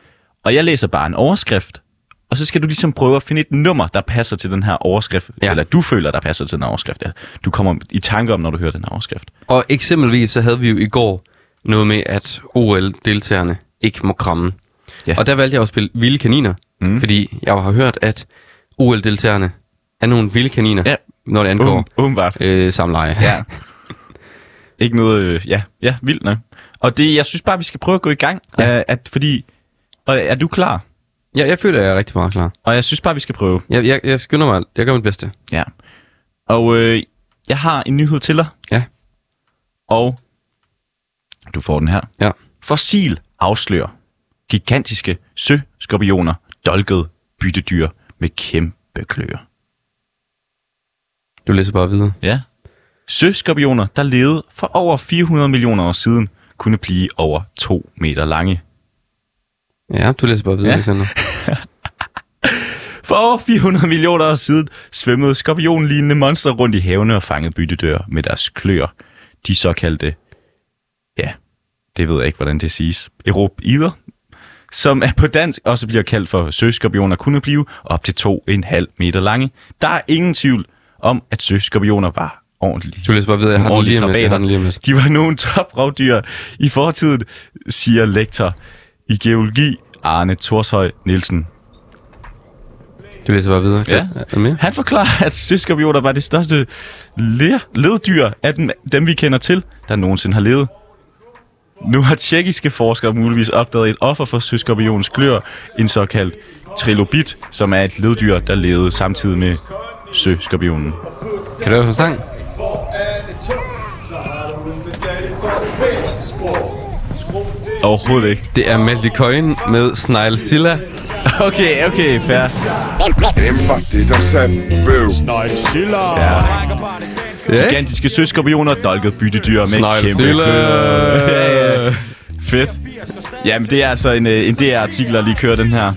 Speaker 3: Og jeg læser bare en overskrift, og så skal du ligesom prøve at finde et nummer, der passer til den her overskrift.
Speaker 2: Ja.
Speaker 3: Eller du føler, der passer til den her overskrift. Eller du kommer i tanke om, når du hører den her overskrift.
Speaker 2: Og eksempelvis så havde vi jo i går noget med, at OL-deltagerne ikke må kramme.
Speaker 3: Ja.
Speaker 2: Ja. Og der valgte jeg at spille vilde kaniner,
Speaker 3: Mm.
Speaker 2: mm. fordi jeg har hørt, at OL-deltagerne er nogle vilde kaniner,
Speaker 3: Ja.
Speaker 2: ja. når det angår
Speaker 3: Åben- åbenbart.
Speaker 2: øh, samleje.
Speaker 3: Ja. Ikke noget... Øh, ja, ja, vildt nok. Og det, jeg synes bare, vi skal prøve at gå i gang. Ja. At, fordi... Og er du klar?
Speaker 2: ja, jeg føler, at jeg er rigtig meget klar.
Speaker 3: Og jeg synes bare, vi skal prøve.
Speaker 2: Jeg, jeg, jeg skynder mig, jeg gør mit bedste.
Speaker 3: Ja. Og øh, jeg har en nyhed til dig.
Speaker 2: Ja.
Speaker 3: Og du får den her.
Speaker 2: Ja.
Speaker 3: Fossil afslører gigantiske søskorpioner, dolkede byttedyr med kæmpe kløer.
Speaker 2: Du læser bare videre.
Speaker 3: Ja. Søskorpioner, der levede for over 400 millioner år siden, kunne blive over 2 meter lange.
Speaker 2: Ja, du læser bare videre,
Speaker 3: Ja.
Speaker 2: ja. Alexander.
Speaker 3: For over 400 millioner år siden svømmede skorpionlignende monstre rundt i havene og fangede byttedør med deres kløer. De såkaldte, ja, det ved jeg ikke, hvordan det siges, europider, som er på dansk også bliver kaldt for søskorpioner, kunne blive op til 2,5 meter lange. Der er ingen tvivl om, at søskorpioner var ordentlige.
Speaker 2: Du læser bare videre, jeg har den lige om lidt.
Speaker 3: Ordentlige
Speaker 2: Jeg har den lige om lidt.
Speaker 3: De var nogle toprovdyr i fortiden, siger lektor i geologi Arne Torshøj Nielsen.
Speaker 2: Du læser bare videre.
Speaker 3: Ja.
Speaker 2: Er du med?
Speaker 3: Han forklarer, at søskorpioner var det største le- leddyr af dem, dem, vi kender til, der nogensinde har levet. Nu har tjekkiske forskere muligvis opdaget et offer for søskorpionens klør, en såkaldt trilobit, som er et leddyr, der levede samtidig med søskorpionen.
Speaker 2: Kan du høre for sang?
Speaker 3: Overhovedet ikke.
Speaker 2: Det er Malte Coyne med Snail Silla.
Speaker 3: Okay, okay, fair.
Speaker 7: Fattigt og sandt bøv
Speaker 2: Ja, ikke?
Speaker 3: Gigantiske søskorpioner, dolkede byttedyr med kæmpe
Speaker 2: Silla.
Speaker 3: klør. Ja, ja. Fedt. Jamen, det er altså en, øh, en DR-artikel, der lige kører den her.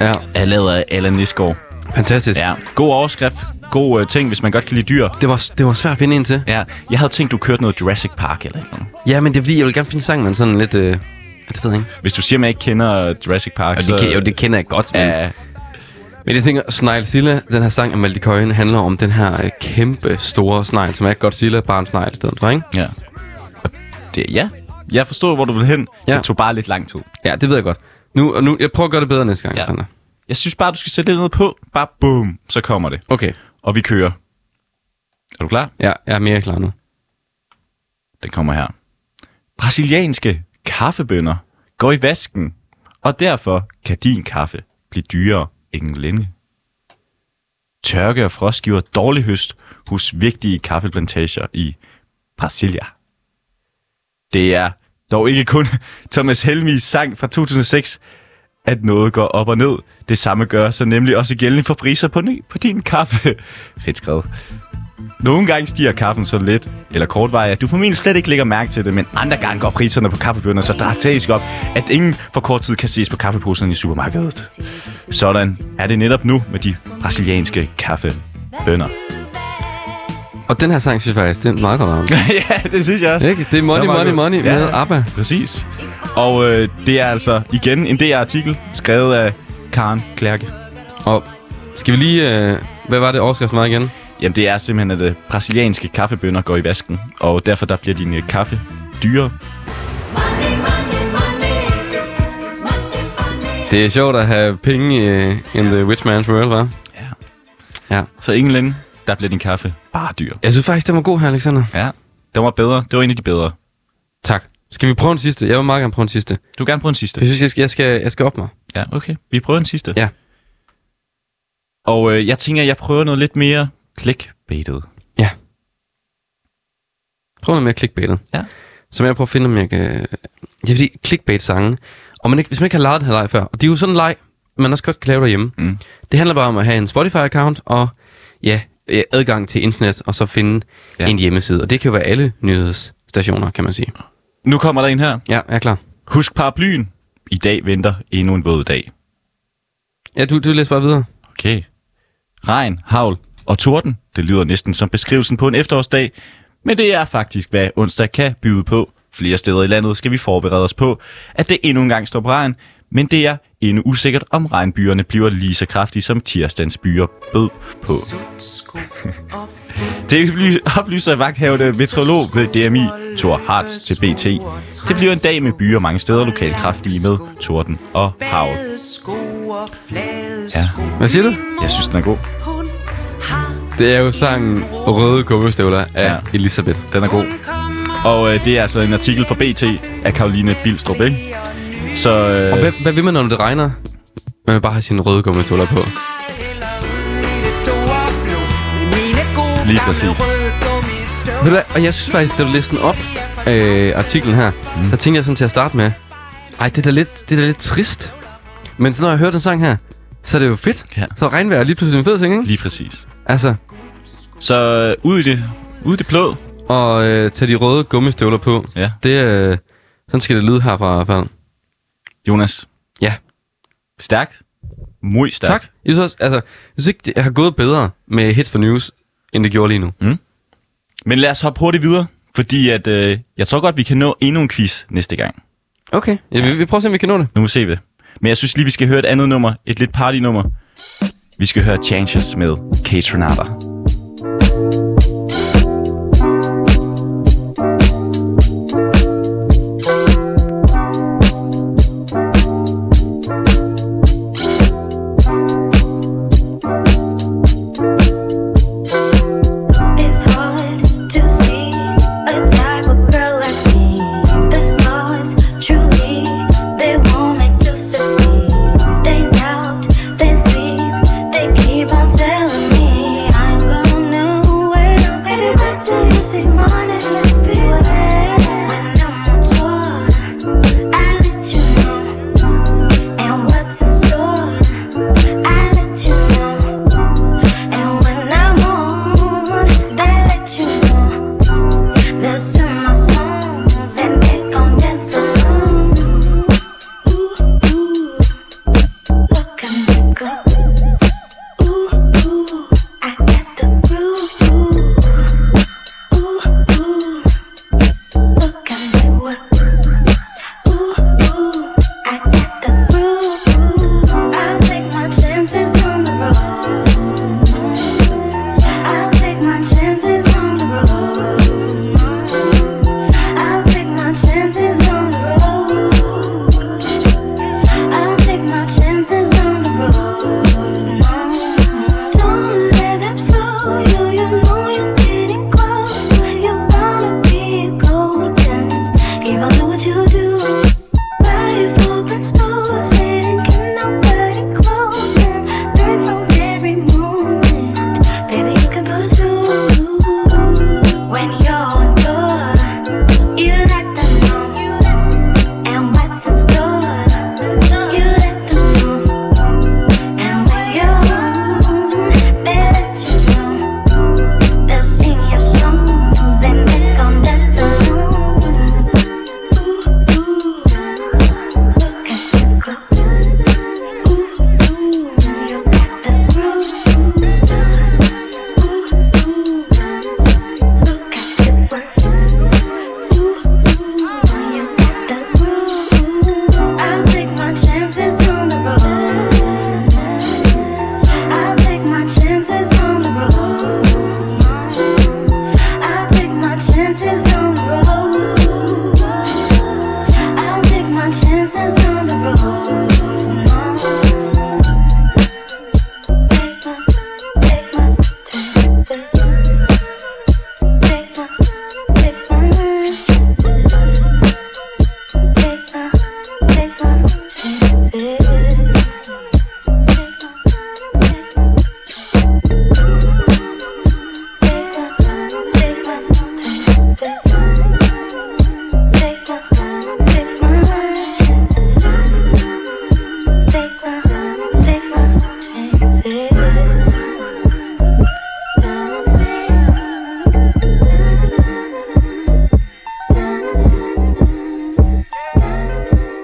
Speaker 2: Ja,
Speaker 3: Er lavet af Allan Nisgaard.
Speaker 2: fantastisk.
Speaker 3: Ja, god overskrift. God øh, ting, hvis man godt kan lide dyr.
Speaker 2: Det var, det var svært at finde en til.
Speaker 3: Ja, jeg havde tænkt, du kørte noget Jurassic Park eller et eller andet.
Speaker 2: Ja, men det er fordi, jeg vil gerne finde en sang, men sådan lidt... Øh, det ved jeg ikke.
Speaker 3: Hvis du siger, man ikke kender øh, Jurassic Park,
Speaker 2: Og
Speaker 3: så...
Speaker 2: det, kan, jo, det kender jeg godt, men...
Speaker 3: Ja,
Speaker 2: Men jeg tænker, Snail Silla, den her sang af Malte Coyne, handler om den her øh, kæmpe store snegl, som er Godzilla, bare en snegl i stedet for, ikke?
Speaker 3: ja. Og Det, ja. Jeg forstod, hvor du ville hen. Ja.
Speaker 2: Ja.
Speaker 3: Det tog bare lidt lang tid.
Speaker 2: Ja, det ved jeg godt. Nu, og nu, jeg prøver at gøre det bedre næste gang,
Speaker 3: Ja.
Speaker 2: ja. Sander.
Speaker 3: Jeg synes bare, du skal sætte lidt ned på. Bare boom, så kommer det.
Speaker 2: Okay,
Speaker 3: Og vi kører. Er du klar?
Speaker 2: ja, jeg er mere klar nu.
Speaker 3: Den kommer her. Brasilianske kaffebønder går i vasken, og derfor kan din kaffe blive dyrere end længe. Tørke og frost giver dårlig høst hos vigtige kaffeplantager i Brasilia. Det er dog ikke kun Thomas Helmis sang fra 2006, at noget går op og ned. Det samme gør sig nemlig også gældende for priser på, ny, på din kaffe. Fedt skrevet. Nogle gange stiger kaffen så lidt eller kortvarigt, at du formentlig slet ikke lægger mærke til det, men andre gange går priserne på kaffebønder så dramatisk op, at ingen for kort tid kan ses på kaffeposerne i supermarkedet. Sådan er det netop nu med de brasilianske kaffebønder.
Speaker 2: Og den her sang, synes jeg faktisk, det er meget godt ramt.
Speaker 3: ja, det synes jeg også.
Speaker 2: Ikke? Det er Money,
Speaker 3: Den var
Speaker 2: Money,
Speaker 3: god.
Speaker 2: Money
Speaker 3: Ja.
Speaker 2: med ABBA.
Speaker 3: Præcis. Og øh, det er altså igen en DR-artikel, skrevet af Karen Klærke.
Speaker 2: Og skal vi lige... Øh, hvad var det overskriften var igen?
Speaker 3: Jamen, det er simpelthen, at øh, brasilianske kaffebønder går i vasken, og derfor der bliver din øh, kaffe dyrere.
Speaker 2: Det er sjovt at have penge øh, in the rich man's world, hva'?
Speaker 3: Så ingen længe, der bliver din kaffe bare dyr.
Speaker 2: Jeg synes faktisk, den var god her, Alexander.
Speaker 3: Ja, den var bedre. Det var en af de bedre.
Speaker 2: Tak. Skal vi prøve en sidste? Jeg vil meget gerne prøve en sidste.
Speaker 3: Du kan gerne prøve en sidste.
Speaker 2: Jeg synes, jeg skal, jeg skal, jeg skal op mig.
Speaker 3: Ja, okay. Vi prøver en sidste.
Speaker 2: Ja.
Speaker 3: Og øh, jeg tænker, jeg prøver noget lidt mere clickbaitet.
Speaker 2: Prøv noget mere clickbaitet.
Speaker 3: Ja.
Speaker 2: Så må jeg prøve at finde, om jeg kan... Det er fordi, clickbait-sange... Og man ikke, hvis man ikke har lejet den her leg før, og det er jo sådan en leg, man også godt kan lave derhjemme.
Speaker 3: Mm.
Speaker 2: Det handler bare om at have en Spotify-account og ja, øh, adgang til internet, og så finde
Speaker 3: Ja.
Speaker 2: ja. en hjemmeside. Og det kan jo være alle nyhedsstationer, kan man sige.
Speaker 3: Nu kommer der en her.
Speaker 2: Ja, jeg er klar.
Speaker 3: Husk paraplyen. I dag venter endnu en våd dag.
Speaker 2: Ja, du, du læser bare videre.
Speaker 3: Okay. Regn, havl og torden, det lyder næsten som beskrivelsen på en efterårsdag, men det er faktisk, hvad onsdag kan byde på. Flere steder i landet skal vi forberede os på, at det endnu en gang står på regn, men det er endnu usikkert, om regnbyerne bliver lige så kraftige, som tirsdagens byer bød på. Det oply- oplyser vagthavende meteorolog ved DMI, Thor Hartz til BT. Det bliver en dag med byer mange steder lokalt kraftige med torden og havl. Ja,
Speaker 2: Hvad siger du?
Speaker 3: jeg synes, den er god.
Speaker 2: Det er jo sangen Røde Gummistøvler af
Speaker 3: Ja.
Speaker 2: ja. Elisabeth.
Speaker 3: Den er god. Og øh, det er altså en artikel fra BT af Karoline Bilstrup, ikke? Så øh,
Speaker 2: Og hvad, hvad vil man, når det regner? Man vil bare have sine røde gummistøvler på.
Speaker 3: lige præcis.
Speaker 2: Ved du hvad, Og jeg synes faktisk, da du læste den op, øh, artiklen her, mm. der tænkte jeg sådan til at starte med, ej, det er da lidt, det er da lidt trist. Men så når jeg hører den sang her, så er det jo fedt.
Speaker 3: Ja.
Speaker 2: Så er regnvejr er lige pludselig en fed ting, ikke?
Speaker 3: Lige præcis.
Speaker 2: Altså,
Speaker 3: Så øh, ud i det, ud i det plåd.
Speaker 2: og øh, tage de røde gummistøvler på.
Speaker 3: Ja.
Speaker 2: Det, øh, sådan skal det lyde herfra i hvert fald.
Speaker 3: Jonas,
Speaker 2: Ja,
Speaker 3: stærkt. Muy stærkt.
Speaker 2: tak. Jeg synes også, altså, jeg synes ikke, det har gået bedre med Hits for News, end det gjorde lige nu.
Speaker 3: Men lad os hoppe hurtigt videre, fordi at, øh, jeg tror godt, vi kan nå endnu en quiz næste gang.
Speaker 2: Okay. Ja, vi, vi prøver at se, om vi kan nå det.
Speaker 3: Nu må vi se det. Men jeg synes lige, vi skal høre et andet nummer. Et lidt partynummer. Vi skal høre Changes med Kate Renata.
Speaker 6: It's hard to see a type of girl like me. The stars truly, they want me to succeed. They doubt, they sleep, they keep on telling me I'm going nowhere.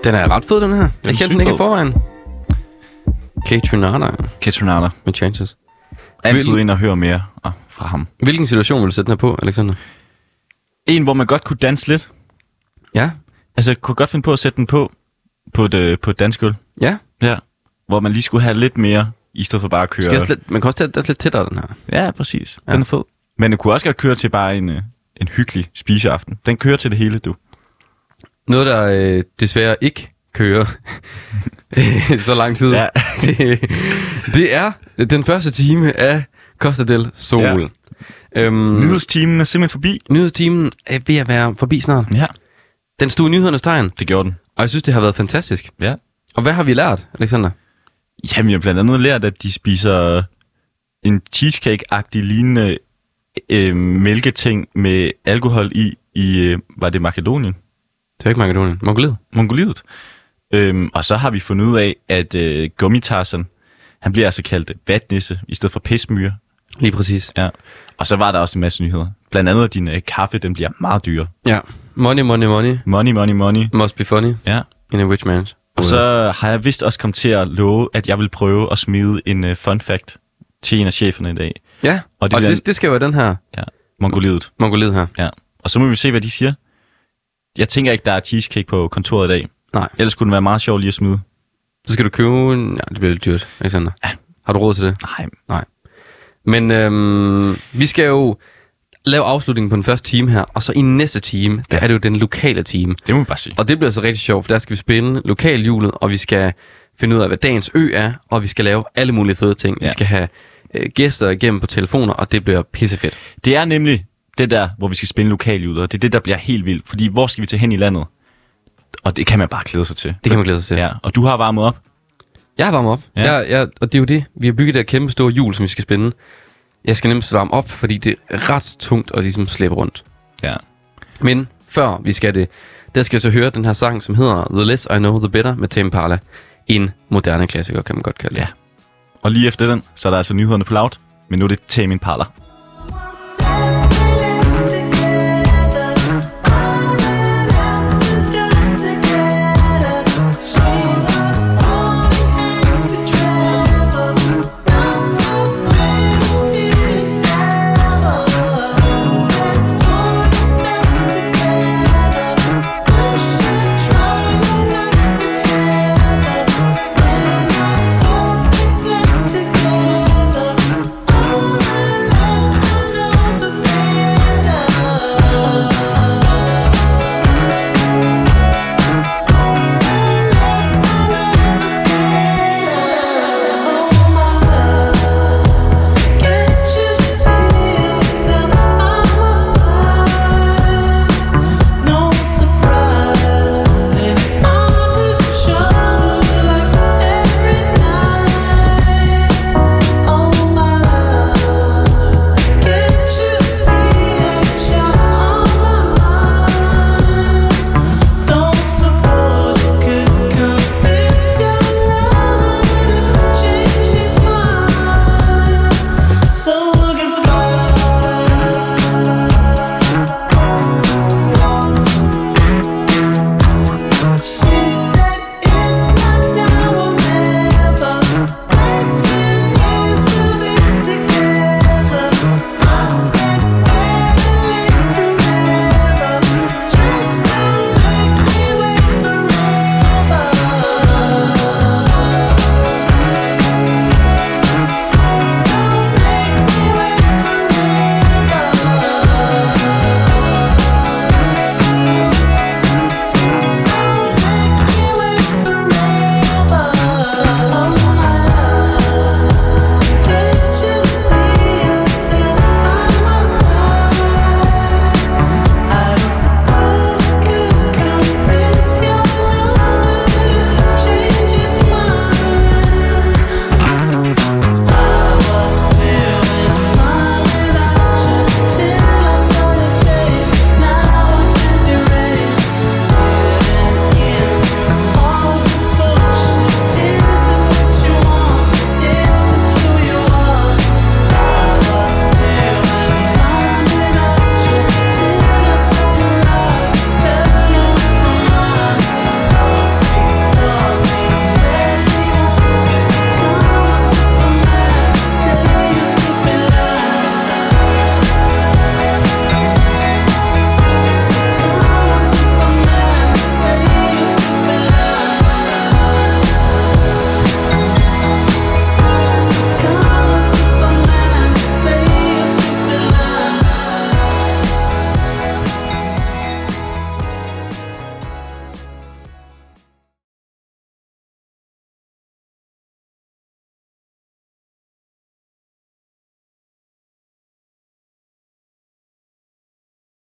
Speaker 2: Den er ret fed, den her. Jeg kendte
Speaker 3: sygt
Speaker 2: den ikke i
Speaker 3: fed.
Speaker 2: forvejen. Kate Renata
Speaker 3: Ketronata.
Speaker 2: med Chances.
Speaker 3: Altid
Speaker 2: Vil-
Speaker 3: ind og høre mere ah, fra ham.
Speaker 2: Hvilken situation vil du sætte den her på, Alexander?
Speaker 3: En, hvor man godt kunne danse lidt.
Speaker 2: Ja,
Speaker 3: Altså, jeg kunne godt finde på at sætte den på på et, øh, på et danskgulv.
Speaker 2: ja.
Speaker 3: Ja. Hvor man lige skulle have lidt mere, i stedet for bare at køre.
Speaker 2: Skal jeg også lidt, man kan også tage den lidt tættere, den her.
Speaker 3: Ja, præcis.
Speaker 2: Ja.
Speaker 3: Den er fed. Men den kunne også godt køre til bare en, øh, en hyggelig spiseaften. Den kører til det hele, du.
Speaker 2: Mm. Noget, der øh, desværre ikke kører så lang tid,
Speaker 3: Ja.
Speaker 2: det, det er den første time af Costa del Sol. Ja. Øhm,
Speaker 3: Nyhedstimen er simpelthen forbi.
Speaker 2: nyhedstimen er ved at være forbi snart.
Speaker 3: Ja,
Speaker 2: Den stod i nyhedernes tegn,
Speaker 3: det gjorde den.
Speaker 2: og jeg synes, det har været fantastisk.
Speaker 3: Ja.
Speaker 2: Og hvad har vi lært, Alexander?
Speaker 3: Jamen, jeg har blandt andet lært, at de spiser en cheesecake-agtig lignende øh, mælketing med alkohol i, i øh, var det Makedonien?
Speaker 2: Det er ikke Makedonien. Mongoliet.
Speaker 3: Mongoliet. Øhm, og så har vi fundet ud af, at øh, gummitarsen, han bliver altså kaldt vatnisse i stedet for pismyre.
Speaker 2: Lige præcis.
Speaker 3: Ja. Og så var der også en masse nyheder. Blandt andet, at din øh, kaffe, den bliver meget dyr.
Speaker 2: Ja. Money, money, money.
Speaker 3: Money, money, money.
Speaker 2: Must be funny
Speaker 3: Ja.
Speaker 2: in a rich man's.
Speaker 3: Og så har jeg vist også kommet til at love, at jeg vil prøve at smide en uh, fun fact til en af cheferne i dag.
Speaker 2: Ja, og
Speaker 3: Og
Speaker 2: det,
Speaker 3: det
Speaker 2: og
Speaker 3: bliver-
Speaker 2: det, det skal være den her
Speaker 3: Ja. Mongoliet.
Speaker 2: Mongoliet her.
Speaker 3: Ja. Og så må vi se, hvad de siger. Jeg tænker ikke, der er cheesecake på kontoret i dag.
Speaker 2: Nej.
Speaker 3: Ellers kunne det være meget sjovt lige at smide.
Speaker 2: Så skal du købe en... Ja, det bliver lidt dyrt, Alexander. Ja. Har du råd til det?
Speaker 3: Nej.
Speaker 2: Nej. Men øhm, vi skal jo lave afslutningen på den første time her, og så i næste time, der er det jo den lokale time.
Speaker 3: Det må vi bare sige.
Speaker 2: Og det bliver så rigtig sjovt, for der skal vi spinde lokalhjulet, og vi skal finde ud af, hvad dagens ø er, og vi skal lave alle mulige fede ting. Ja. Vi
Speaker 3: Ja.
Speaker 2: skal have øh, gæster igennem på telefoner, og det bliver pissefedt.
Speaker 3: Det er nemlig det der, hvor vi skal spille lokal ud, og det er det, der bliver helt vildt. Fordi hvor skal vi til hen i landet? Og det kan man bare glæde sig til.
Speaker 2: Det kan man glæde sig til.
Speaker 3: Ja, og du har varmet op.
Speaker 2: Jeg har varmet op, ja.
Speaker 3: Ja.
Speaker 2: jeg, jeg, og det er jo det. Vi har bygget det her kæmpe store hjul, som vi skal spænde. Jeg skal nemt varme op, fordi det er ret tungt at ligesom slæbe rundt.
Speaker 3: Ja.
Speaker 2: Men før vi skal det, der skal jeg så høre den her sang, som hedder The Less I Know The Better med Tame Impala. En moderne klassiker, kan man godt kalde det.
Speaker 3: Ja. Og lige efter den, så er der altså nyhederne på loud. Men nu er det Tame Impala.